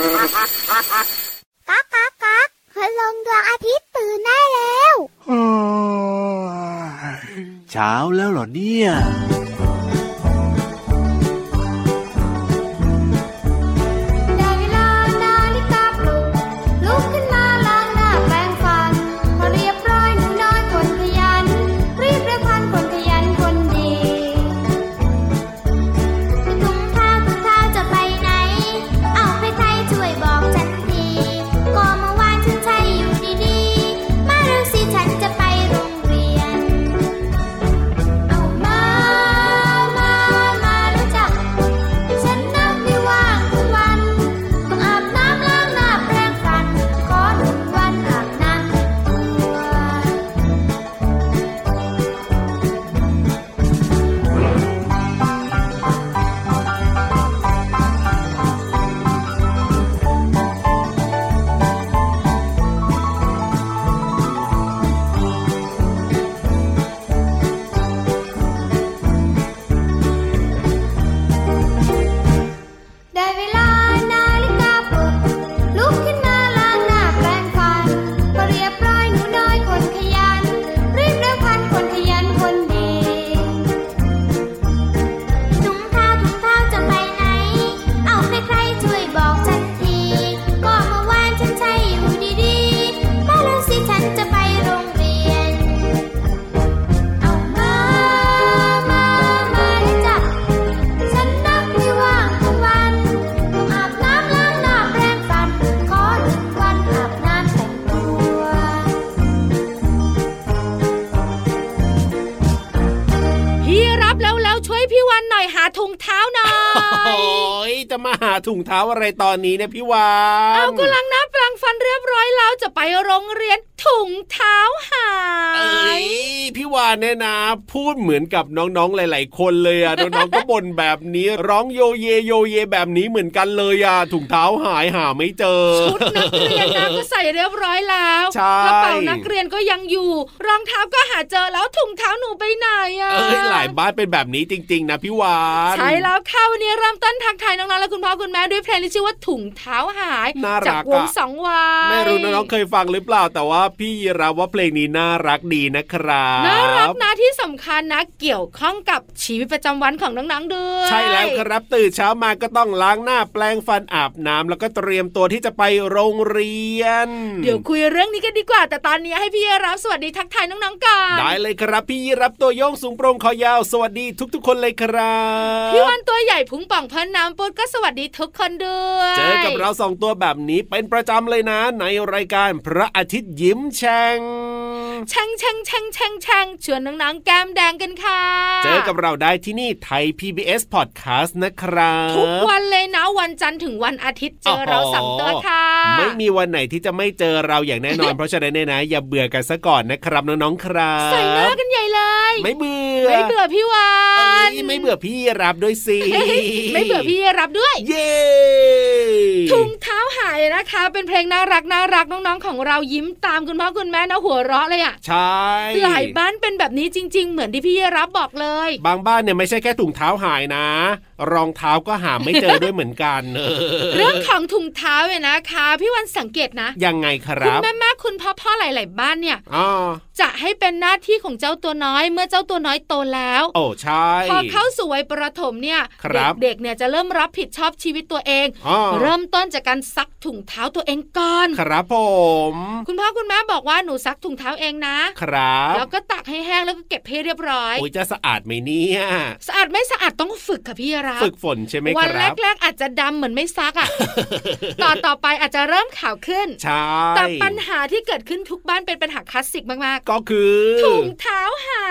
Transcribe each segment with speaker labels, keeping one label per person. Speaker 1: ก๊ากก๊ากก๊ากคืลงดวงอาทิตย์ตื่นได้แล้ว
Speaker 2: เช้าแล้วเหรอเนี่ย
Speaker 3: ได้เวลานาฬิกาปลุกลุกขึ้นมาล้างหน้าแปรงฟันพอเรียบร้อยหนูน้อยคนขยัน รีบเรียกพันคนขยันคนดีถุงเท้าถุงเท้าจะไปไหน เอาไปใครช่วยบอกฉันทีก็เมื่อวานฉันใช้อยู่ดีๆ มาเร็วสิฉันจะไปโรงเรียน เอามา มา มารู้จัก ฉันนั่งไม่ว่างทุกวันต้องอาบน้ำล้างหน้าแปรงฟัน ขอหนึ่งวันอาบน้ำทุกตัวได้เวลานาฬิกาปลุกลุกขึ้นมาล้างหน้าแปรงฟันพอเรียบร้อยหนูน้อยคนขยัน รีบเร็วพันคนขยันคนดีถุงเท้าถุงเท้าจะไปไหน เอาให้ใครช่วยบอกฉันที ก็เมื่อวานฉันใช้อยู่ดีๆมาแล้วสิฉันจะไปโรงเรียน เอามา มา มาเลยจ้ะ ฉันนั่งไม่ว่างทุกวันต้องอาบน้ำล้างหน้าแปรงฟัน ขอหนึ่งวันอาบน้ำแต่งตัว
Speaker 4: พี่รับแล้วแล้วช่วยพี่วันหน่อยหาถุงเท้าหน่อย
Speaker 5: โอ้ยจะมาหาถุงเท้าอะไรตอนนี้เนี่ยพี่วาน
Speaker 4: เอาก็ล้างหน้าแปรงฟันเรียบร้อยแล้วจะไปโรงเรียนถุงเท้าหา
Speaker 5: เอ้
Speaker 4: ย
Speaker 5: ยพี่วานเนี่ยนะ พูดเหมือนกับน้องๆหลาย ๆ คนเลยอ่ะ น้องๆก็บ่นแบบนี้ ร้องโยเยโยเยแบบนี้เหมือนกันเลยอ่ะถุงเท้าหายหาไม่เจอ
Speaker 4: ชุดนักเรียนนะก็ใส่เรียบร้อยแล้ว
Speaker 5: ใช่
Speaker 4: กระเป๋านักเรียนก็ยังอยู่ รองเท้าก็หาเจอแล้วถุงเท้าหนูไปไหนอ่ะ
Speaker 5: เอ้ยหลายบ้านเป็นแบบนี้จริง ๆ นะพี่วาน
Speaker 4: ใช่แล้วค่ะวันนี้เริ่มต้นทักทายน้องๆและคุณพ่อคุณแม่ด้วยเพลงที่ชื่อว่าถุงเท้าหาย
Speaker 5: น่า
Speaker 4: จาก
Speaker 5: รัก
Speaker 4: วง
Speaker 5: อ่ะ
Speaker 4: สองวัย
Speaker 5: ไม่รู้น้องๆเคยฟังหรือเปล่า แต่ว่าพี่รับว่าเพลงนี้น่ารักดีนะครับ
Speaker 4: น่ารักนะที่สำคัญนะเกี่ยวข้องกับชีวิตประจำวันของน้องๆด้วย
Speaker 5: ใช่แล้วครับตื่นเช้ามาก็ต้องล้างหน้าแปรงฟันอาบน้ำแล้วก็เตรียมตัวที่จะไปโรงเรียน
Speaker 4: เดี๋ยวคุยเรื่องนี้กันดีกว่า แต่ตอนนี้ให้พี่รับสวัสดีทักทายน้องๆก่อน
Speaker 5: ได้เลยครับพี่รับตัวโยงสูงโปร่งคอยาวสวัสดีทุก ๆ คนเลยครับ
Speaker 4: พี่วันตัวใหญ่พุงป่องเพิ่นน้ำปุดก็สวัสดีทุกคนด้วย
Speaker 5: เจอกับเราสองตัวแบบนี้เป็นประจำเลยนะ ในรายการพระอาทิตย์ยิ้มแฉ่ง
Speaker 4: แช่งแช่งแช่งแช่งแช่งชวนน้องๆแก้มแดงกันค่ะ
Speaker 5: เจอกับเราได้ที่นี่ไทย PBS Podcast นะครับ
Speaker 4: ทุกวันเลยนะวันจันทร์ถึงวันอาทิตย์เจอเราสองตัวค่ะ
Speaker 5: ไม่มีวันไหนที่จะไม่เจอเราอย่างแน่นอน เพราะฉะนั้นเนี่ยนะอย่าเบื่อกันซะก่อนนะครับน้องๆครับ
Speaker 4: ใส่หน้ากันใหญ่เลย
Speaker 5: ไม่เบื่อ
Speaker 4: ไม่เบื่อพี่วั
Speaker 5: เอ้
Speaker 4: น
Speaker 5: ยไม่เบื่อพี่รับด้วยสิ
Speaker 4: ไม่เบื่อพี่รับด้วย
Speaker 5: เย้
Speaker 4: ถุงเท้าหายนะคะ เป็นเพลงน่ารักน่ารักน้องๆ ของเรายิ้มตามคุณพ่อคุณแม่นะหัวเราะเลยอะ
Speaker 5: ใช่
Speaker 4: หลายบ้านเป็นแบบนี้จริง ๆ เหมือนที่พี่รับบอกเลย
Speaker 5: บางบ้านเนี่ยไม่ใช่แค่ถุงเท้าหายนะ รองเท้าก็หาไม่เจอด้วยเหมือน กันเออ
Speaker 4: เรื่องของถุงเท้าเนี่ยนะคะ พี่วันสังเกตนะ
Speaker 5: ยังไงค
Speaker 4: คุณ
Speaker 5: รับ
Speaker 4: แม่แม่ๆคุณพ่อพ่อๆหลาย ๆ บ้านเนี่ย
Speaker 5: อ๋อ
Speaker 4: จะให้เป็นหน้าที่ของเจ้าตัวน้อยเมื่อเจ้าตัวน้อยโตแล้ว
Speaker 5: โอ้ใช่
Speaker 4: พอเข้าสู่วัยประถมเนี่ย
Speaker 5: ครับ
Speaker 4: เด็กๆเนี่ยจะเริ่มรับผิดชอบชีวิตตัวเอง
Speaker 5: อ๋อ
Speaker 4: เริ่มต้นจากการซักถุงเท้าตัวเองก่อน
Speaker 5: ครับผม
Speaker 4: คุณพ่อคุณแม่บอกว่าหนูซักถุงเท้าเองนะ
Speaker 5: ครับ
Speaker 4: แล้วก็ตักให้แห้งแล้วก็เก็บให้เรียบร้อย
Speaker 5: โอ้ยจะสะอาดไหมเนี่ย
Speaker 4: สะอาดไม่สะอาดต้องฝึกค่ะพี่รับ
Speaker 5: ฝึกฝนใช่ไหม
Speaker 4: วั
Speaker 5: คนรับ
Speaker 4: แรกๆอาจจะดำเหมือนไม่ซัก อ่ะ ต่อต่อไปอาจจะเริ่มขาวขึ้น
Speaker 5: ใช่
Speaker 4: แต่ปัญหาที่เกิดขึ้นทุกบ้านเป็นปัญหาคลาสสิกมาก
Speaker 5: ก็คือ
Speaker 4: ๆถุงเท้าหา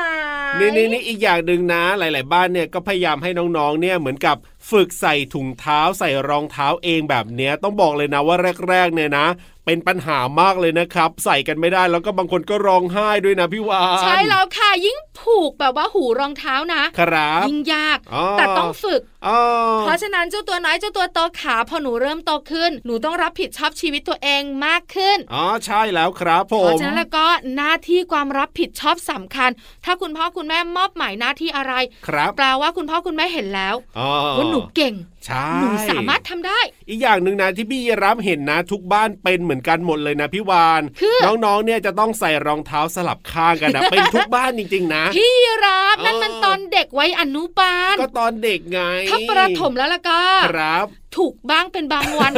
Speaker 4: ย
Speaker 5: นี่นี่นี่อีกอย่างหนึ่งนะ หลาย ๆ บ้านเนี่ยก็พยายามให้น้องๆ เนี่ยเหมือนกับฝึกใส่ถุงเท้าใส่รองเท้าเองแบบเนี้ยต้องบอกเลยนะว่าแรก ๆ เนี่ยนะ เป็นปัญหามากเลยนะครับ ใส่กันไม่ได้แล้วก็บางคนก็ร้องไห้ด้วยนะพี่วาน
Speaker 4: ใช่แล้วค่ะยิ่งผูกแบบว่าหูรองเท้านะ
Speaker 5: ครับ
Speaker 4: ยิ่งยาก
Speaker 5: อ๋อ
Speaker 4: แต่ต้องฝึก
Speaker 5: อ๋อ
Speaker 4: เพราะฉะนั้นเจ้าตัวน้อยเจ้าตัวโตขาพอหนูเริ่มโตขึ้น หนูต้องรับผิดชอบชีวิตตัวเองมากขึ้น
Speaker 5: อ๋อใช่แล้วครับผ
Speaker 4: เพ
Speaker 5: ม
Speaker 4: ราะฉะนั้นแล้วก็หน้าที่ความรับผิดชอบสำคัญ ถ้าคุณพ่อคุณแม่มอบหมายหน้าที่อะไร
Speaker 5: ครับ
Speaker 4: แปลว่าคุณพ่อคุณแม่เห็นแล้ว
Speaker 5: อ๋อ
Speaker 4: ว่าหนูเก่ง
Speaker 5: ใช่
Speaker 4: หนูสามารถทำได้
Speaker 5: อีกอย่างหนึ่งนะที่พี่รับเห็นนะ ทุกบ้านเป็นเหมือนกันหมดเลยนะพี่วาน
Speaker 4: คือ
Speaker 5: น้องๆเนี่ยจะต้องใส่รองเท้าสลับข้างกันนะ เป็นทุกบ้านจริง ๆ นะ
Speaker 4: พี่รับนั่นมัน
Speaker 5: เออ
Speaker 4: ตอนเด็กไว้อนุบาล
Speaker 5: ก็ตอนเด็กไง
Speaker 4: ถ้าประถมแล้วล่ะก็
Speaker 5: ครับ
Speaker 4: ถูกบ้างเป็นบางวัน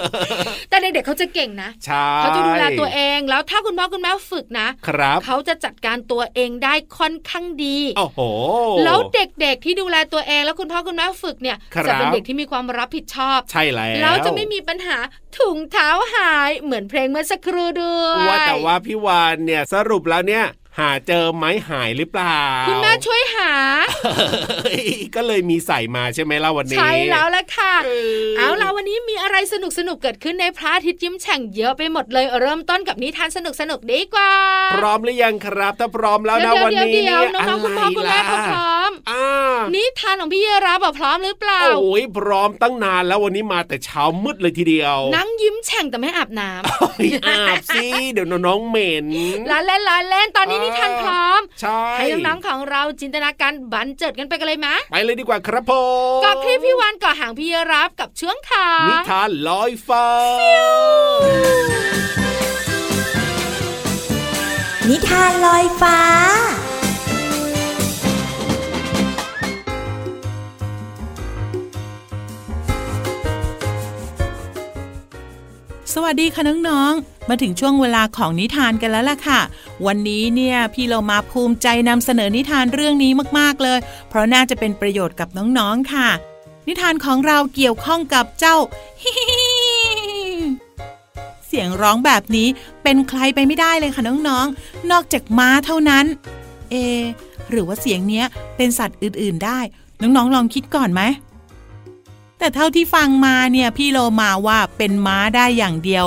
Speaker 4: แต่เด็กๆเขาจะเก่งนะ
Speaker 5: ใช่
Speaker 4: เขาจะดูแลตัวเองแล้วถ้าคุณพ่อคุณแม่ฝึกนะ
Speaker 5: ครับ
Speaker 4: เขาจะจัดการตัวเองได้ค่อนข้างดี
Speaker 5: โอ้โห
Speaker 4: แล้วเด็กๆที่ดูแลตัวเองแล้วคุณพ่อคุณแม่ฝึกเนี่ย
Speaker 5: ครับ
Speaker 4: จะเป็นเด็กที่มีความรับผิดชอบ
Speaker 5: ใช่แล้ว
Speaker 4: แล้วจะไม่มีปัญหาถุงเท้าหายเหมือนเพลงเมื่อสักครู่ด้วย
Speaker 5: ว่าแต่ว่าพี่วานเนี่ยสรุปแล้วเนี่ย หาเจอไหมหายหรือเปล่า
Speaker 4: คุณแม่ช่วยหา
Speaker 5: เฮ้ยก็เลยมีใส่มาใช่ไหมล่ะวันนี้
Speaker 4: ใช่แล้วล่ะค่ะ
Speaker 5: เออ
Speaker 4: เอาล่ะวันนี้มีอะไรสนุกสนุกๆเกิดขึ้นในพระอาทิตย์ยิ้มแฉ่งเยอะไปหมดเลยเริ่มต้นกับนิทานสนุกสนุกๆดีกว่า
Speaker 5: พร้อมหรือยังครับ ถ้าพร้อมแล้วนะ
Speaker 4: เดี๋ย
Speaker 5: วัน
Speaker 4: เดี๋ยว
Speaker 5: นี้
Speaker 4: เดี๋ยวน้
Speaker 5: เย
Speaker 4: องๆคุณพ่อคุณแม่เขา
Speaker 5: ะไร
Speaker 4: พ
Speaker 5: ล่ะ
Speaker 4: ร้อม
Speaker 5: อ่า
Speaker 4: นิทานของพี่เยรับอะพร้อมหรือเปล่า
Speaker 5: โอ้ยพร้อมตั้งนานแล้ววันนี้มาแต่เช้ามืดเลยทีเดียว
Speaker 4: นั่งยิ้มแฉ่งแต่ไม่อาบน้
Speaker 5: โอ้ยอาบสิเดี๋ยวน้องๆเหม็น
Speaker 4: ำ ล้าเล่นล้าเล่นตอนนี้
Speaker 5: อ่านิ
Speaker 4: นิทานพร้อม
Speaker 5: ใช่
Speaker 4: ให้น้องๆของเราจินตนาการบันเจิดกันไปกันเลยมะ
Speaker 5: ไปเลยดีกว่าครับผม
Speaker 4: กอบคลิปพี่วานก่อหางพี่เยรับกับช่วงข่า
Speaker 5: นิทานลอยฟ้า
Speaker 6: นิทานลอยฟ้า
Speaker 7: สวัสดีค่ะน้องๆ มาถึงช่วงเวลาของนิทานกันแล้วล่ะค่ะ วันนี้เนี่ยพี่เรามาภูมิใจนำเสนอนิทานเรื่องนี้มากๆเลย เพราะน่าจะเป็นประโยชน์กับน้องๆค่ะ นิทานของเราเกี่ยวข้องกับเจ้า เสียงร้องแบบนี้เป็นใครไปไม่ได้เลยค่ะน้องๆ นอกจากม้าเท่านั้น เอะหรือว่าเสียงเนี้ยเป็นสัตว์อื่นๆได้ น้องๆลองคิดก่อนไหม แต่เท่าที่ฟังมาเนี่ยพี่โลมาว่าเป็นม้าได้อย่างเดียว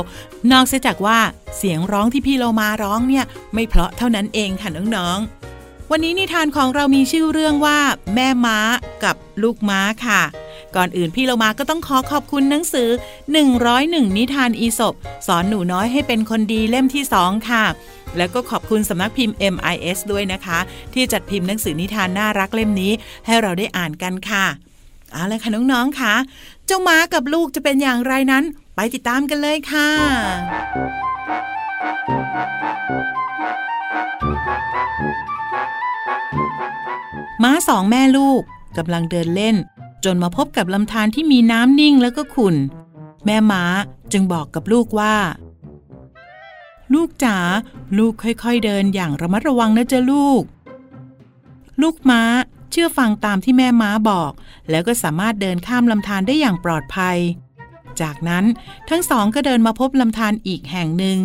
Speaker 7: นอกเสียจากว่าเสียงร้องที่พี่โลมาร้องเนี่ยไม่เพราะเท่านั้นเองค่ะน้องๆ วันนี้นิทานของเรามีชื่อเรื่องว่า แม่ม้ากับลูกม้าค่ะ ก่อนอื่นพี่โลมาก็ต้องขอขอบคุณหนังสือ 101 นิทานอีสบสอนหนูน้อยให้เป็นคนดีเล่มที่ 2 ค่ะ แล้วก็ขอบคุณสำนักพิมพ์ MIS ด้วยนะคะ ที่จัดพิมพ์หนังสือนิทานน่ารักเล่มนี้ ให้เราได้อ่านกันค่ะ เอาละค่ะน้องๆค่ะ เจ้าม้ากับลูกจะเป็นอย่างไรนั้น ไปติดตามกันเลยค่ะ ม้าสองแม่ลูกกำลังเดินเล่น จนมาพบกับลำธารที่มีน้ำนิ่งแล้วก็ขุ่น แม่ม้าจึงบอกกับลูกว่า ลูกจ๋าลูกค่อยๆเดินอย่างระมัดระวังนะจ๊ะลูก ลูกม้าเชื่อฟังตามที่แม่ม้าบอก แล้วก็สามารถเดินข้ามลำธารได้อย่างปลอดภัย จากนั้นทั้งสองก็เดินมาพบลำธารอีกแห่งหนึ่ง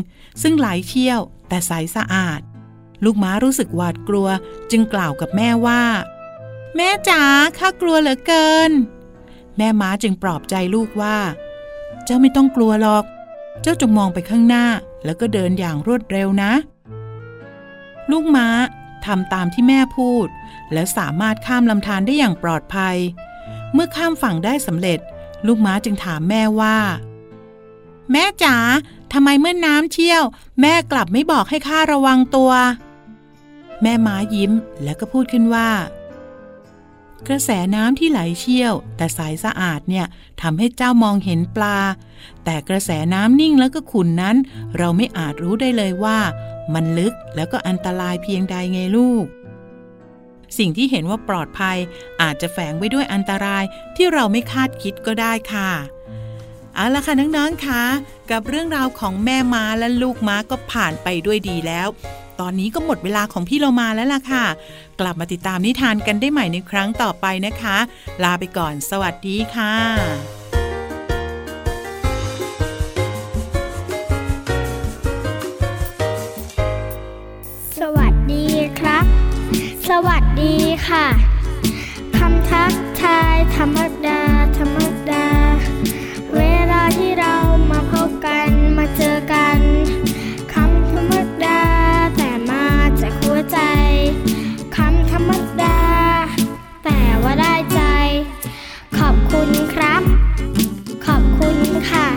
Speaker 7: ซึ่งไหลเชี่ยวแต่ใสสะอาด ลูกม้ารู้สึกหวาดกลัว จึงกล่าวกับแม่ว่า แม่จ๋าข้ากลัวเหลือเกิน แม่ม้าจึงปลอบใจลูกว่า เจ้าไม่ต้องกลัวหรอก เจ้าจงมองไปข้างหน้า แล้วก็เดินอย่างรวดเร็วนะ ลูกม้าทำตามที่แม่พูด แล้วสามารถข้ามลำธารได้อย่างปลอดภัย เมื่อข้ามฝั่งได้สำเร็จ ลูกม้าจึงถามแม่ว่า แม่จ๋าทำไมเมื่อน้ำเชี่ยว แม่กลับไม่บอกให้ข้าระวังตัว แม่ม้ายิ้มแล้วก็พูดขึ้นว่า กระแสน้ำที่ไหลเชี่ยว แต่ใสสะอาดเนี่ยทำให้เจ้ามองเห็นปลา แต่กระแสน้ำนิ่งแล้วก็ขุ่นนั้น เราไม่อาจรู้ได้เลยว่า มันลึกแล้วก็อันตรายเพียงใดไงลูก สิ่งที่เห็นว่าปลอดภัยอาจจะแฝงไว้ด้วยอันตรายที่เราไม่คาดคิดก็ได้ค่ะ เอาละค่ะน้องๆคะกับเรื่องราวของแม่ม้าและลูกม้าก็ผ่านไปด้วยดีแล้ว ตอนนี้ก็หมดเวลาของพี่เรามาแล้วล่ะค่ะ กลับมาติดตามนิทานกันได้ใหม่ในครั้งต่อไปนะคะ ลาไปก่อน สวัสดีค่ะ
Speaker 1: สวัสดีครับ สวัสดีค่ะคำทักทายธรรมดา ธรรมดา เวลาที่เรามาพบกันมาเจอกันคำธรรมดา แต่มาจากหัวใจคำธรรมดา แต่ว่าได้ใจ ขอบคุณครับ ขอบคุณค่ะ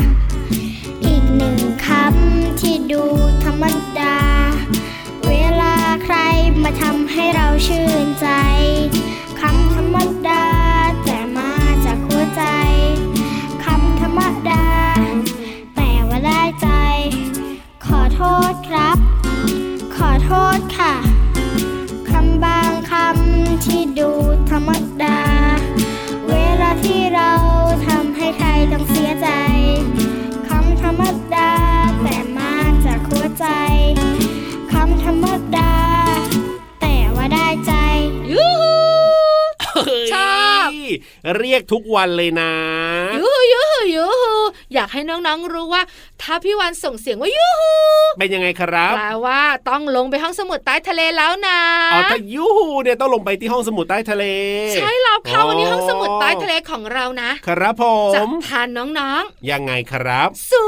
Speaker 1: อีกหนึ่งคำที่ดูธรรมดา เวลาใครมาทำให้เราชื่นใจ คำธรรมดาแต่มาจากหัวใจ
Speaker 5: เรียกทุกวันเลยนะ
Speaker 4: ยูฮูยูฮูยูฮูอยากให้น้องๆรู้ว่า ถ้าพี่วันส่งเสียงว่ายูฮู
Speaker 5: เป็นยังไงครับ
Speaker 4: แปลว่าต้องลงไปห้องสมุดใต้ทะเลแล้วนะ
Speaker 5: เอาถ้ายูหูเนี่ยต้องลงไปที่ห้องสมุดใต้ทะเล
Speaker 4: ใช่แล้วค่ะ
Speaker 5: อ๋อ
Speaker 4: วันนี้ห้องสมุดใต้ทะเลของเรานะครับ
Speaker 5: ผ
Speaker 4: จะ
Speaker 5: ม
Speaker 4: พาน้อง
Speaker 5: ยังไงครับ
Speaker 4: ๆ สู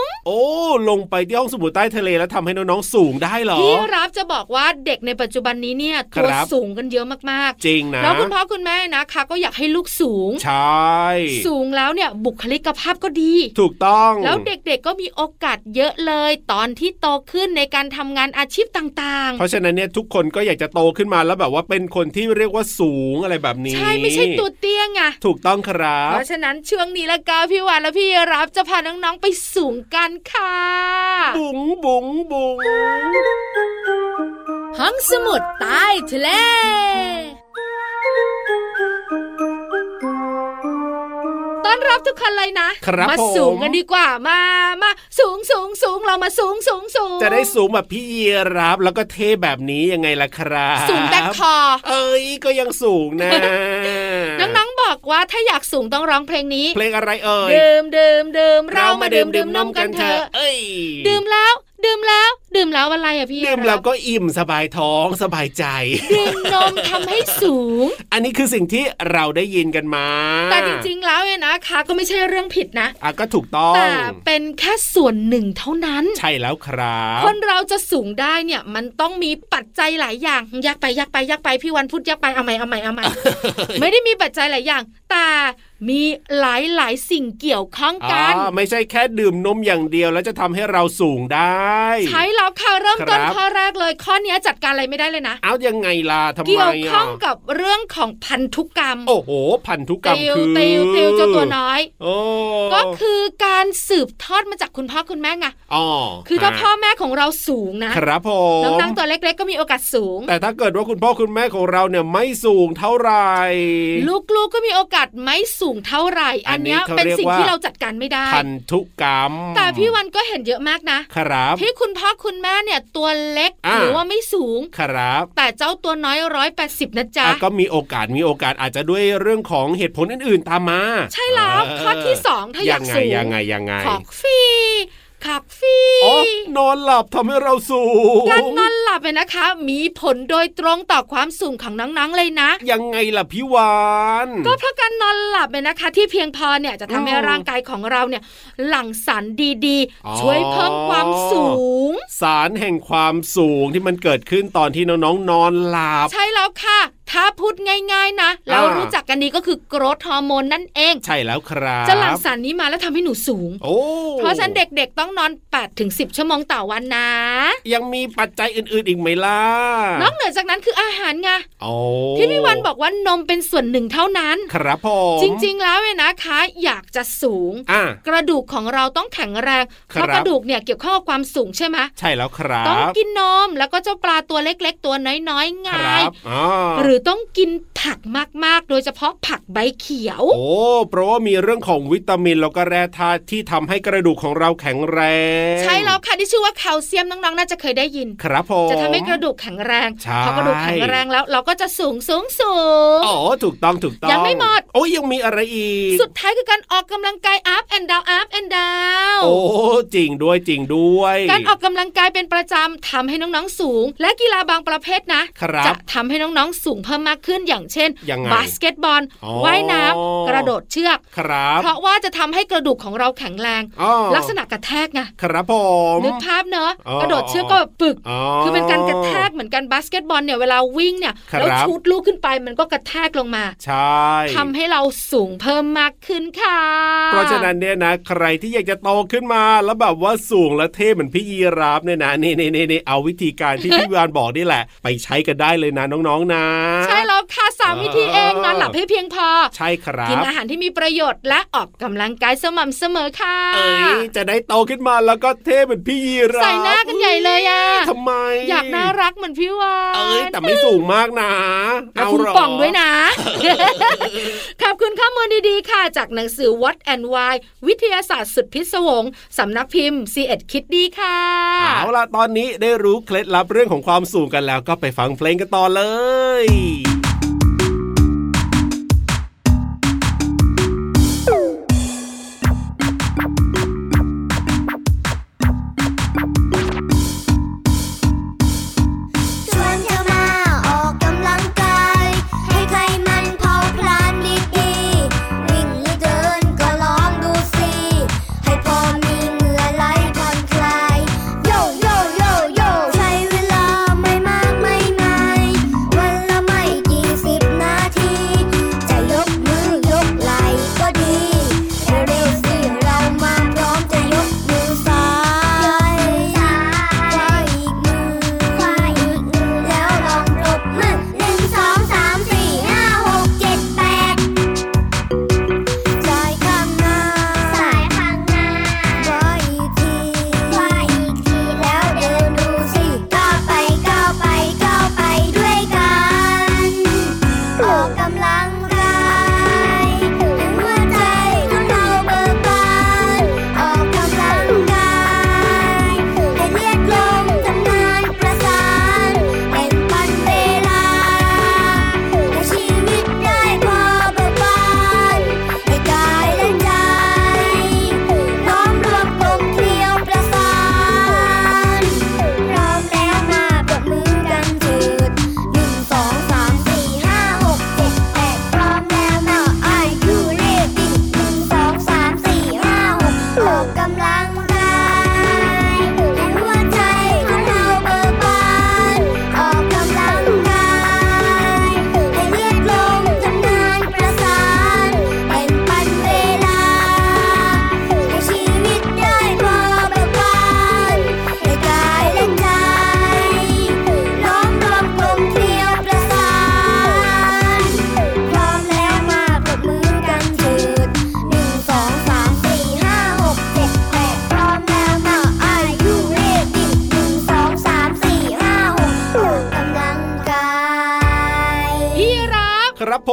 Speaker 4: ง
Speaker 5: โอ้ ลงไปที่ห้องสมุดใต้ทะเลแล้วทำให้น้องๆสูงได้เหรอ
Speaker 4: พี่รับจะบอกว่าเด็กในปัจจุบันนี้เนี่ยตัว
Speaker 5: ครับ
Speaker 4: สูงกันเยอะมาก
Speaker 5: จริง
Speaker 4: ๆ
Speaker 5: นะ
Speaker 4: แล้วคุณพ่อคุณแม่นะคะ ก็อยากให้ลูกสูง
Speaker 5: ใช่
Speaker 4: สูงแล้วเนี่ยบุคลิกภาพก็ดี
Speaker 5: ถูกต้อง
Speaker 4: แล้วเด็กๆก็มีโอกาสเยอะเลย ตอนที่โตขึ้นในการทำงานอาชีพต่าง
Speaker 5: เพราะฉะนั้นเนี่ยทุกคนก็อยากจะโตขึ้นมาแล้วแบบว่าเป็นคนที่เรียกว่าสูงอะไรแบบ
Speaker 4: ๆ
Speaker 5: นี้
Speaker 4: ใช่ไม่ใช่ตัวเตี้ยไง
Speaker 5: ถูกต้องครับ
Speaker 4: เพราะฉะนั้นช่วงนี้ละกาพี่วานและพี่รับจะพาน้องๆไปสูงกันค่ะ
Speaker 5: บุ๋งบุ๋งบุ๋ง
Speaker 4: ห้องสมุดใต้ทะเล ต้อนรับทุกคนเลยนะ
Speaker 5: ครับ
Speaker 4: มา
Speaker 5: ผม
Speaker 4: สูงกันดีกว่ามามาสูงสูงสูงเรามาสูงสูงสูง
Speaker 5: จะได้สูงแบบพี่ยีรับแล้วก็เท่แบบนี้ยังไงล่ะครับ
Speaker 4: สูงแบคคอ
Speaker 5: เอ้ยก็ยังสูงนะ
Speaker 4: น้องๆ บอกว่าถ้าอยากสูงต้องร้องเพลงนี้
Speaker 5: เพลงอะไรเอ่ย
Speaker 4: ดื่มดื่มดื่มเรามาดื่มดื่มนมกันเถอะ
Speaker 5: เอ้ย
Speaker 4: ดื่มแล้ว ดื่มแล้ว ดื่มแล้วอะไรอะพี่
Speaker 5: ดื่มแล้วก็อิ่มสบายท้องสบายใจ
Speaker 4: ดื่มนม ทำให้สูง
Speaker 5: อันนี้คือสิ่งที่เราได้ยินกันมา
Speaker 4: แต่จริงๆ แล้วเนี่ยนะคะก็ไม่ใช่เรื่องผิดนะ
Speaker 5: ๆอ่ะก็ถูกต้อง
Speaker 4: แต่เป็นแค่ส่วนหนึ่งเท่านั้น
Speaker 5: ใช่แล้วครับ
Speaker 4: คนเราจะสูงได้เนี่ยมันต้องมีปัจจัยหลายอย่างยากไปยากไปยากไปพี่วันพูดยากไปเอาใหม่เอาใหม่เอา ใหม่ ไม่ได้มีปัจจัยหลายอย่าง แต่มีหลายหลายๆสิ่งเกี่ยวข้อง
Speaker 5: อ๋อ
Speaker 4: กัน
Speaker 5: ไม่ใช่แค่ดื่มนมอย่างเดียวแล้วจะทำให้เราสูงได้
Speaker 4: ใช้แล้วค่ะเริ่มต้น
Speaker 5: ครับ
Speaker 4: ข้อแรกเลย ข้อนี้จัดการอะไรไม่ได้เลยนะ
Speaker 5: เอายังไงล่ะทำไม
Speaker 4: เกี่ยวข้อง
Speaker 5: อ่ะ
Speaker 4: กับเรื่องของพันธุกรรม
Speaker 5: โอ้โห พันธุกรรม
Speaker 4: ติว
Speaker 5: คือ
Speaker 4: ติวติวเจ้าตัวน้อย
Speaker 5: โอ้
Speaker 4: ก็คือการสืบทอดมาจากคุณพ่อคุณแม่ไง
Speaker 5: อ๋อ
Speaker 4: คือถ้า
Speaker 5: ฮะ
Speaker 4: พ่อแม่ของเราสูงนะครับ
Speaker 5: ผม
Speaker 4: น้องๆตัวเล็กๆ ก็มีโอกาสสูง
Speaker 5: แต่ถ้าเกิดว่าคุณพ่อคุณแม่ของเราเนี่ยไม่สูงเท่าไหร่
Speaker 4: ลูกๆก็มีโอกาสไม่สูงเท่าไหร่
Speaker 5: อั
Speaker 4: อั
Speaker 5: น
Speaker 4: น
Speaker 5: นี้
Speaker 4: เนี้ย
Speaker 5: เขา
Speaker 4: เป็น
Speaker 5: เรียก
Speaker 4: สิ่ง
Speaker 5: ว่า
Speaker 4: ที่เราจัดการไม่ได้
Speaker 5: พันธุกรรม
Speaker 4: แต่พี่วันก็เห็นเยอะมากนะ
Speaker 5: ครับ
Speaker 4: ที่คุณพ่อคุณแม่เนี่ยตัวเล็ก
Speaker 5: อ่า
Speaker 4: หรือว่าไม่สูง
Speaker 5: ครับ
Speaker 4: แต่เจ้าตัวน้อยร้อยแปดสิบนะจ๊ะ
Speaker 5: อ่ะก็มีโอกาสมีโอกาสอาจจะด้วยเรื่องของเหตุผลอื่นๆตามมา
Speaker 4: ใช่แล้ว
Speaker 5: เ
Speaker 4: ข้อที่สองถ้าอยาก
Speaker 5: งไง
Speaker 4: สูง
Speaker 5: ยังไงยังไง
Speaker 4: ขอกฟรีขอกฟรี
Speaker 5: อ๋อนอนหลับทำให้เราสูง
Speaker 4: การนอนหลับเนี่ยนะคะ มีผลโดยตรงต่อความสูงของน้องๆเลยนะ
Speaker 5: ยังไงล่ะพี่วาน
Speaker 4: ก็เพราะการนอนหลับเนี่ยนะคะ ที่เพียงพอเนี่ยจะทำให้
Speaker 5: อืม
Speaker 4: ร่างกายของเราเนี่ย หลั่งสารดี
Speaker 5: อ๋อ
Speaker 4: ๆ ช่วยเพิ่มความสูง
Speaker 5: สารแห่งความสูงที่มันเกิดขึ้นตอนที่น้องๆนอนหลับ
Speaker 4: ใช่แล้วค่ะ ถ้าพูดง่ายๆนะแล้ว
Speaker 5: อ่ารู้
Speaker 4: รู้จักกันดีก็คือโกรทฮอร์โมนนั่นเอง
Speaker 5: ใช่แล้วครับ
Speaker 4: จะหลั่งสารนี้มาแล้วทำให้หนูสูง
Speaker 5: โอ้
Speaker 4: เพราะฉะนั้นเด็กๆต้องนอน8ถึง10 ชั่วโมงต่อวันนะ
Speaker 5: ยังมีปัจจัยอื่นๆอีกไหมล่ะ
Speaker 4: นอกเหนือจากนั้นคืออาหารไง
Speaker 5: โอ้
Speaker 4: ที่พี่วันบอกว่านมเป็นส่วนหนึ่งเท่านั้น
Speaker 5: ครับผม
Speaker 4: จริงๆแล้วเนี่ยนะคะ อยากจะสูง
Speaker 5: อ่ะ
Speaker 4: กระดูกของเราต้องแข็งแรงเพราะ
Speaker 5: ครับ
Speaker 4: กระดูกเนี่ยเกี่ยวข้องกับความสูงใช่ไหม
Speaker 5: ใช่แล้วครั
Speaker 4: ต้อง
Speaker 5: บ
Speaker 4: กินนมแล้วก็เจ้าปลาตัวเล็กๆ ตัวน้อยๆไง
Speaker 5: ครับอ๋อ
Speaker 4: หรือต้องกินผักมากๆ โดยเฉพาะผักใบเขียว
Speaker 5: โอ้เพราะว่ามีเรื่องของวิตามินแล้วก็แร่ธาตุที่ทำให้กระดูกของเราแข็งแรง
Speaker 4: ใช่แล้วค่ะที่ชื่อว่าแคลเซียมน้องๆ น่าจะเคยได้ยิน
Speaker 5: ครับผม
Speaker 4: จะทำให้กระดูกแข็งแรง
Speaker 5: ใช่
Speaker 4: พอกระดูกแข็งแรงแล้ว เราก็จะสูงสูงสูง
Speaker 5: อ๋อถูกต้องถูกต้อง
Speaker 4: ยังไม่หมด
Speaker 5: โอ้ยยังมีอะไรอีก
Speaker 4: สุดท้ายคือการออกกำลังกาย up and down up and down
Speaker 5: โอ้จริงด้วยจริงด้วย
Speaker 4: การออกกำลังกายเป็นประจำทำให้น้องๆสูง และกีฬาบางประเภทนะ
Speaker 5: ครั
Speaker 4: จะ
Speaker 5: บ
Speaker 4: ทำให้น้องๆสูงเพิ่มมากขึ้นอย่างเช่น
Speaker 5: ยังไง
Speaker 4: บาสเกตบอล
Speaker 5: อ๋อ
Speaker 4: ว่ายน้ำกระโดดเชือก
Speaker 5: ครับ
Speaker 4: เพราะว่าจะทำให้กระดูกของเราแข็งแรง
Speaker 5: อ้อ
Speaker 4: ลักษณะกระแทกไง
Speaker 5: ครับผม
Speaker 4: นึกภาพเนอะ
Speaker 5: อ๋อ
Speaker 4: กระโดดเชือกก็แบบปึก
Speaker 5: อ๋อ
Speaker 4: คือเป็นการกระแทกเหมือนกันบาสเกตบอลเนี่ยเวลาวิ่งเนี่ย
Speaker 5: ครับ
Speaker 4: แล้วชุดลูกขึ้นไปมันก็กระแทกลงมา
Speaker 5: ใช่
Speaker 4: ทำให้เราสูงเพิ่มมากขึ้นค่ะ
Speaker 5: เพราะฉะนั้นเนี่ยนะ ใครที่อยากจะโตขึ้นมาแล้วแบบว่าสูงและเท่เหมือนพี่ยีราฟเนี่ยนะนี่นี่นี่นี่เอาวิธีการที่ พี่วานบอกนี่แหละ ไปใช้กันได้เลยนะน้องๆนะ
Speaker 4: ใช่แล้วค่ะสาม
Speaker 5: เออ
Speaker 4: วิธีเองนอนหลับให้เพียงพอ
Speaker 5: ใช่ครั
Speaker 4: กิน
Speaker 5: บ
Speaker 4: อาหารที่มีประโยชน์และออกกำลังกายสม่ำเสมอค่ะ
Speaker 5: เอ้ยจะได้โตขึ้นมาแล้วก็เท่เหมือนพี่ยีราฟ
Speaker 4: ใส่หน้ากันใหญ่เลยอะ
Speaker 5: ทำไม
Speaker 4: อยากน่ารักเหมือนพี่วาน
Speaker 5: เอ้ยแต่ไม่สูงมากนะ
Speaker 4: เอาคุณ
Speaker 5: หร
Speaker 4: ป่องด้วยนะ ขอบคุณข้อมูลดีๆค่ะ จากหนังสือ What and Why วิทยาศาสตร์สุดพิศวงสำนักพิมพ์ c ีเอ็ดคิดดีค่ะ
Speaker 5: เอาล่ะ ตอนนี้ได้รู้เคล็ดลับเรื่องของความสูงกันแล้วก็ไปฟังเพลงกันต่อเลย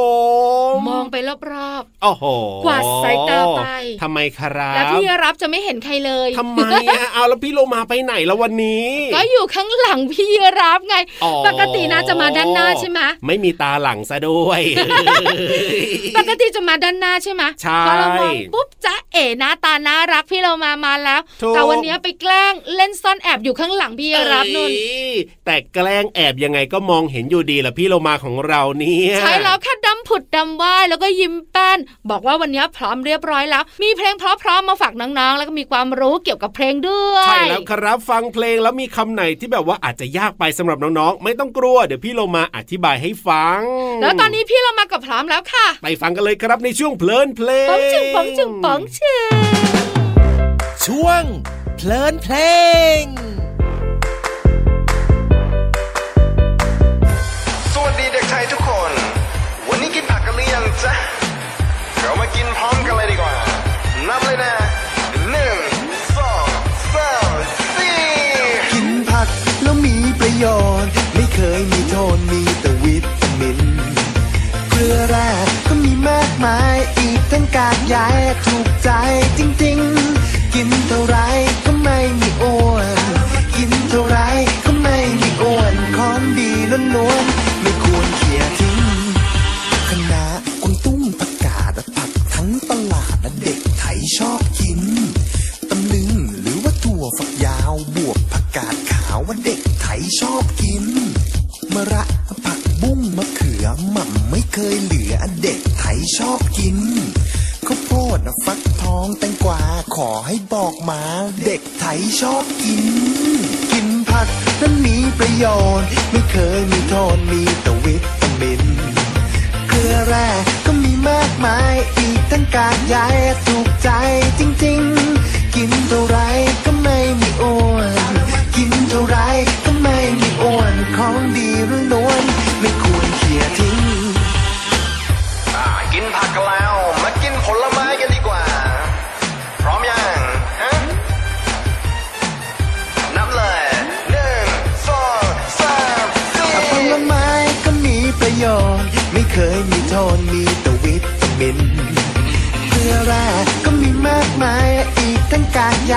Speaker 5: ผม
Speaker 4: มองไปรอบ
Speaker 5: โอ้โห
Speaker 4: กวาดสายตาไป
Speaker 5: ทำไมครั
Speaker 4: ๆ
Speaker 5: บ
Speaker 4: แล้วพี่รับจะไม่เห็นใครเลย
Speaker 5: ทำไม อะเอาแล้วพี่โลมาไปไหนแล้ววันนี้
Speaker 4: ก็อยู่ข้างหลังพี่รับไง
Speaker 5: อ๋อ
Speaker 4: ปกตินะจะมาด้านหน้าใช่ไหม
Speaker 5: ไม่มีตาหลังซะด้วย
Speaker 4: ปกติจะมาด้านหน้าใช่ไหม
Speaker 5: ใช่
Speaker 4: พอเรามองปุ๊บจ้าเอ๋หน้าตาน่ารักพี่เรามามาแล้ว
Speaker 5: ถูก
Speaker 4: แต่วันนี้ไปแกล้งเล่นซ่อนแอบอยู่ข้างหลังพี่รับนนท์
Speaker 5: เอ้ยแต่แกล้งแอบยังไงก็มองเห็นอยู่ดีละพี่โลมาของเราเนี่ย
Speaker 4: ใช่แล้วค่ะดำผุดดำว่ายแล้วก็ยิ้มแป้น บอกว่าวันนี้พร้อมเรียบร้อยแล้ว มีเพลงเพร้อมๆมาฝากน้องๆ แล้วก็มีความรู้เกี่ยวกับเพลงด้วย
Speaker 5: ใช่แล้วครับฟังเพลงแล้วมีคำไหนที่แบบว่าอาจจะยากไปสำหรับน้องๆ ไม่ต้องกลัวเดี๋ยวพี่โลมาอธิบายให้ฟัง
Speaker 4: แล้วตอนนี้พี่เรามากับพร้อมแล้วค่ะ
Speaker 5: ไปฟังกันเลยครับในช่วงเพลินเพลง
Speaker 4: ป๋องจึงป๋องจึงป๋องชึง
Speaker 8: ช่วงเพลินเพลง
Speaker 9: สวัสดีเด็กชายทุกคน วันนี้กินผักกันหรือยังจ๊ะเรามากินพร้อมกันเลยดีกว่า นับเลยนะหนึ่งสองสามสี่
Speaker 8: กินผักแล้วมีประโยชน์ ไม่เคยมีโทษมีแต่วิตามิน เกลือแร่ก็มีมากมาย อีกทั้งกากใยถูกใจจริงๆ กินเท่าไรก็ไม่มีอ้วน กินเท่าไรก็ไม่มีอ้วนของดีล้วนๆไม่ควรเขี่ยทิ้ง คะน้าคุณตุ้มประกาศผักทั้งตลาดนะเด็กไทยชอบกิน ตำลึงหรือว่าถั่วฝักยาวบวกผักกาดขาวว่าเด็กไทยชอบกิน มะระผักบุ้งมะเขือหม่ำไม่เคยเหลือเด็กไทยชอบกินข้าวโพดนะฟักทองแตงกวาขอให้บอกมา เด็กไทยชอบกิน กินผักนั้นมีประโยชน์ ไม่เคยมีโทษมีแต่วิตามิน เกลือแร่ก็มีมากมาย อีกทั้งกากใยถูกใจจริงๆ กินเท่าไรก็ไม่มีอ้วน กินเท่าไรก็ไม่มีอ้วน ของดีล้วนๆไม่ควรเขี่ยทิ้ง
Speaker 9: อ่ากินผักกันแล้ว มากินผลไม้กันดีกว่า พร้อมยังฮะนับเลยหนึ่งสองสามสี่
Speaker 8: ผลไม้ก็มีประโยชน์ ไม่เคยมีโทษมีแต่วิตามินเกลือแร่ก็มีมากมาย อีกทั้งกากใย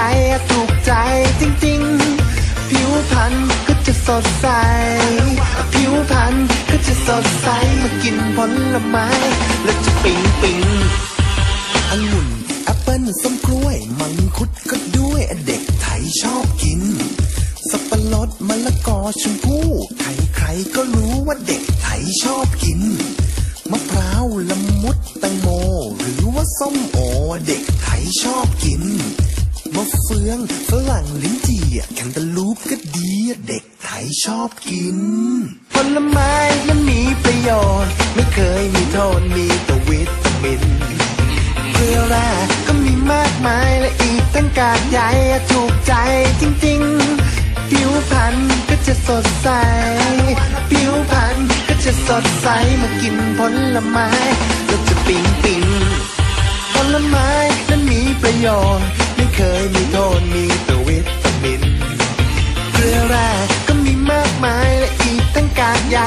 Speaker 8: ถูกใจจริงๆ ผิวพรรณก็จะสดใส ผิวพรรณก็จะสดใสมากินผลไม้ แล้วจะปิ๊งปิ๊งองุ่นแอปเปิ้ลส้มกล้วย มังคุดก็ด้วยเด็กไทยชอบกิน สับปะรดมะละกอชมพู่ใครใครๆก็รู้ว่าเด็กไทยชอบกิน มะพร้าวละมุดแตงโม หรือว่าส้มโอเด็กไทยชอบกิน มะเฟืองฝรั่งลิ้นจี่อะแคนตาลูปก็ดีอะเด็กไทยชอบกิน ผลไม้นั้นมีประโยชน์ ไม่เคยมีโทษมีแต่วิตามิน เกลือแร่ก็มีมากมายและอีกตั้งกากใยถูกใจจริงๆ ผิวพรรณก็จะสดใส ผิวพรรณก็จะสดใสมากินผลไม้แล้วจะปิ๊งปิ๊งผลไม้นั้นมีประโยชน์ ไม่เคยมีโทษมีแต่วิตามิน เกลือแร่ก็มีมากมายและอีกตั้งกากใย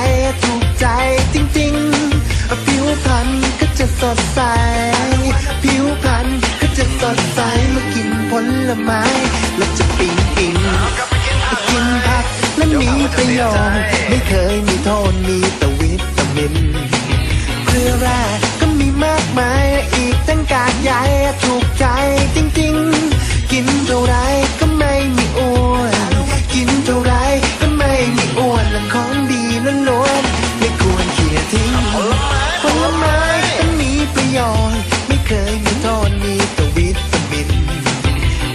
Speaker 8: ถูกใจจริงๆ ผิวพรรณก็จะสดใส ผิวพรรณก็จะสดใสมากินผลไม้แล้วจะปิ๊งปิ๊ง
Speaker 9: กลับไปกินผัก
Speaker 8: กินผักและมีประโยชน์ไม่เคยมีโทษมีแต่วิตามิน เกลือแร่ก็มีมากมายและอีกตั้งกากใยถูกใจจริงๆ กินเท่าไรก็ไม่มีอ้วน กินเท่าไรก็ไม่มีอ้วนและของดีล้วนๆไม่ควรเขี่ยทิ้งผลไม้ต้องมีประโยชน์ไม่เคยมีโทษมีแต่วิตามิน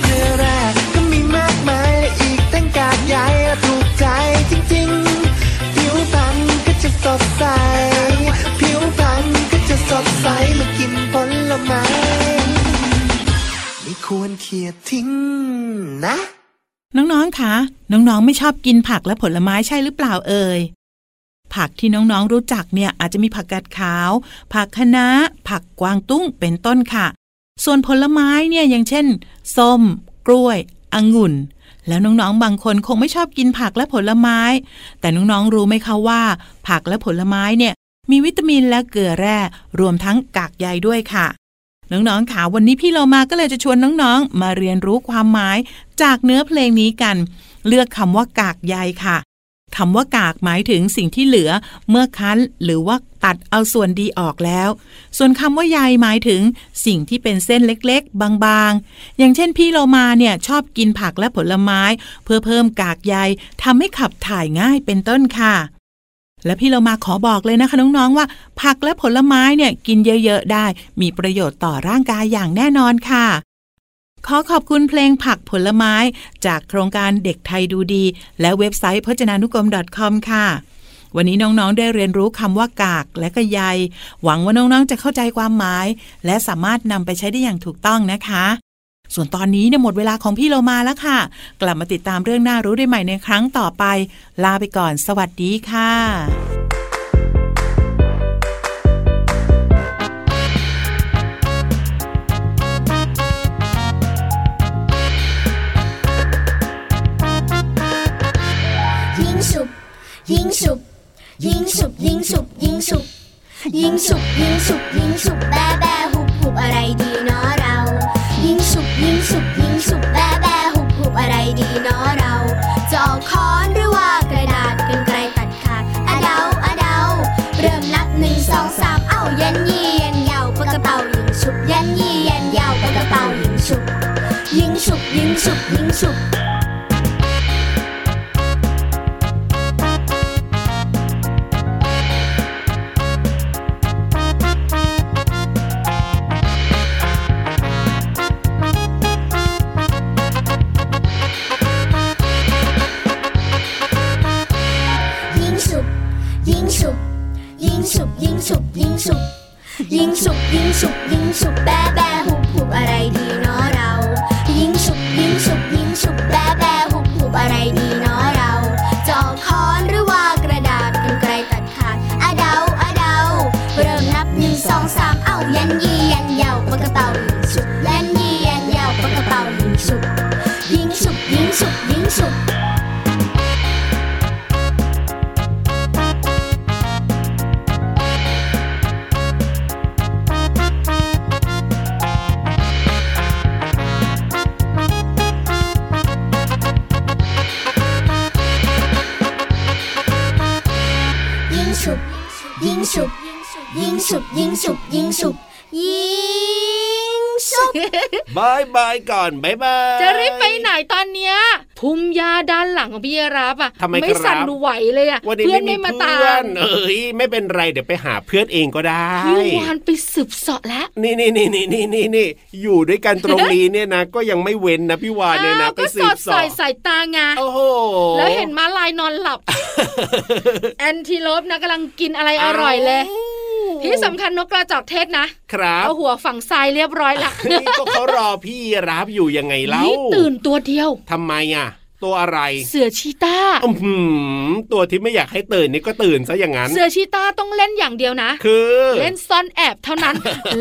Speaker 8: เกลือแร่ก็มีมากมายและอีกตั้งกากใยถูกใจจริงๆ ผิวพรรณก็จะสดใส ผิวพรรณก็จะสดใสเมื่อกินผลไม้ ไม่ควรเขียดทิ้งนะ
Speaker 7: น้องๆ คะ น้องๆ ไม่ชอบกินผักและผลไม้ใช่หรือเปล่าเอ่ย ผักที่น้องๆ รู้จักเนี่ยอาจจะมีผักกาดขาว ผักคะน้า ผักกวางตุ้งเป็นต้นค่ะ ส่วนผลไม้เนี่ยอย่างเช่น ส้ม กล้วย องุ่น แล้วน้องๆ บางคนคงไม่ชอบกินผักและผลไม้ แต่น้องๆ รู้ไหมคะว่า ผักและผลไม้เนี่ย มีวิตามินและเกลือแร่ รวมทั้งกากใยด้วยค่ะ น้องๆค่ะวันนี้พี่เรามาก็เลยจะชวนน้องๆ มาเรียนรู้ความหมาย จากเนื้อเพลงนี้กัน เลือกคำว่ากากใยค่ะคำว่ากากหมายถึงสิ่งที่เหลือ เมื่อคั้นหรือว่าตัดเอาส่วนดีออกแล้ว ส่วนคำว่าใยหมายถึง สิ่งที่เป็นเส้นเล็กๆ บางๆ อย่างเช่นพี่เรามาเนี่ยชอบกินผักและผลไม้ เพื่อเพิ่มกากใยทำให้ขับถ่ายง่ายเป็นต้นค่ะ และพี่เรามาขอบอกเลยนะคะน้องๆว่า ผักและผลไม้เนี่ยกินเยอะๆได้ มีประโยชน์ต่อร่างกายอย่างแน่นอนค่ะ ขอขอบคุณเพลงผักผลไม้ จากโครงการเด็กไทยดูดี และเว็บไซต์พจนานุกรม .com ค่ะ วันนี้น้องๆได้เรียนรู้คำว่ากากและก็ใยหวังว่าน้องๆจะเข้าใจความหมาย และสามารถนำไปใช้ได้อย่างถูกต้องนะคะ ส่วนตอนนี้เนี่ยหมดเวลาของพี่เรามาแล้วค่ะ กลับมาติดตามเรื่องน่ารู้ได้ใหม่ในครั้งต่อไป ลาไปก่อน สวัสดีค่ะ
Speaker 3: ยิงฉุบยิงฉุบยิงฉุบยิงฉุบยิงฉุบยิงฉุบยิงฉุบยิงฉุบแบแบหุบหุบอะไรดีเนาะเรา ยิงฉุบยิงฉุบยิงฉุบแบแบหุบหุบอะไรดีเนาะเราจะเอาค้อนหรือว่ากระดาษกันไกลตัดขาดอะเดาอะเดาเริ่มนับหนึ่งสองสามเอ้ายันยี่ยันยาวปากกระเป๋ายิงฉุบยันยี่ยันยาวปากกระเป๋ายิงฉุบยิงฉุบยิงฉุบยิงฉุบ ยิงฉุบยิงฉุบยิงฉุบยิงฉุบยิงฉุบยิงฉุบยิงฉุบยิงฉุบแบแบหุบหุบอะไรดีเนาะเรา ยิงฉุบยิงฉุบยิงฉุบแบแบหุบหุบอะไรดีเนาะเราจะเอาค้อนหรือว่ากระดาษกันไกลตัดขาดอะเดาอะเดาเริ่มนับหนึ่งสองสามเอ้ายันยี่ยันยาวปากกระเป๋ายิงฉุบยันยี่ยันยาวปากกระเป๋ายิงฉุบยิงฉุบยิงฉุบยิงฉุบ ยิงฉุบยิงฉุบยิงฉุบยิงฉุบยิงฉุบยิงฉุบ
Speaker 5: บายบายก่อนบายบาย
Speaker 4: จะรีบไปไหนตอนเนี้ยภูมิยาด้านหลังของพี่รับอ่ะ
Speaker 5: ทำไม
Speaker 4: ไม่
Speaker 5: ครับ
Speaker 4: สั่นไหวเลยอ่ะ
Speaker 5: วันนี้
Speaker 4: เพื่อน
Speaker 5: ไม่มี
Speaker 4: ไม่มาตา
Speaker 5: เพื่อ
Speaker 4: ม
Speaker 5: นเอ้ยไม่เป็นไรเดี๋ยวไปหาเพื่อนเองก็ได้
Speaker 4: พี่วานไปสืบเสาะแล้ว
Speaker 5: นี่นี่นี่นี่นี่นี่นี่อยู่ด้วยกันตรงนี้เนี่ยนะ ก็ยังไม่เว้นนะพี่วานเนี่ยนะ
Speaker 4: อ้าว
Speaker 5: ไป
Speaker 4: ก็
Speaker 5: สื
Speaker 4: สอบ ด
Speaker 5: สอ
Speaker 4: ใส่
Speaker 5: บ
Speaker 4: สายตาไง
Speaker 5: โอ้โห
Speaker 4: แล้วเห็นม้าลายนอนห ลับ แอนทิโลปนะกำลังกินอะไรอร่อยเลย ที่สำคัญนกกระจอกเทศนะครับเอาหัวฝั่งซ้ายเรียบร้อยละ
Speaker 5: นี่ก็เขารอพี่รับอยู่ยังไงเล่า
Speaker 4: นี่ตื่นตัวเดียว
Speaker 5: ทำไมอ่ะ ตัวอะไร
Speaker 4: เสือชีตา
Speaker 5: อื้อหือตัวที่ไม่อยากให้ตื่นนี่ก็ตื่นซะอย่างนั้น
Speaker 4: เสือชีตาต้องเล่นอย่างเดียวนะ
Speaker 5: คือ
Speaker 4: เล่นซ่อนแอบเท่า นั้น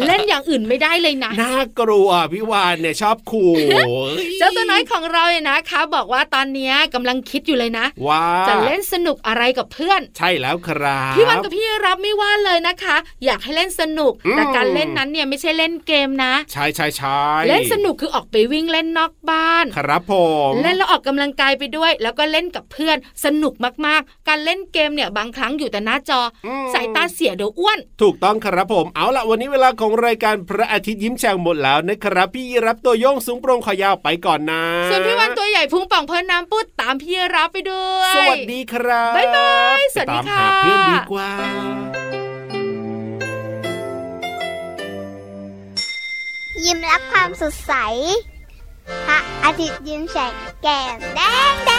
Speaker 4: เล่นอย่างอื่นไม่ได้เลยนะ
Speaker 5: น่ากลัวพี่วานเนี่ยชอบขู่
Speaker 4: เจ้าตัวน้อยของเราเนี่ยนะคะ บอกว่าตอนเนี้ยกำลังคิดอยู่เลยนะ
Speaker 5: ว้า
Speaker 4: จะเล่นสนุกอะไรกับเพื่อน
Speaker 5: ใช่แล้วครับ
Speaker 4: พี่วันกับพี่รับไม่ว่าเลยนะคะ อยากให้เล่นสนุก
Speaker 5: อืม
Speaker 4: แต่การเล่นนั้นเนี่ยไม่ใช่เล่นเกมนะ
Speaker 5: ใช่ใช่ใช่
Speaker 4: เล่นสนุกคือออกไปวิ่งเล่นนอกบ้าน
Speaker 5: ครับผม
Speaker 4: เล่นแล้วออกกำลังกายไปด้วย แล้วก็เล่นกับเพื่อนสนุกมากๆ การเล่นเกมเนี่ยบางครั้งอยู่แต่หน้าจออสายตาเสียเดี๋ยวอ้วน
Speaker 5: ถูกต้องครับผม เอาละวันนี้เวลาของรายการพระอาทิตย์ยิ้มแฉ่งหมดแล้วนะครับ พี่รับตัวโยงสูงโปรงขอยาวไปก่อนนะ
Speaker 4: ส่วนพี่วันตัวใหญ่พุงป่องเพลินน้ำปุดตามพี่รับไปด้วย
Speaker 5: สวัสดีครับ
Speaker 4: บ๊ายบายสวัสดี
Speaker 5: ไปตามหา
Speaker 4: ค่ะ
Speaker 5: เพื่อนดีกว่า
Speaker 1: ยิ้มรับความสดใส พระอาทิตย์ยิ้มแฉกแก้มแดงแด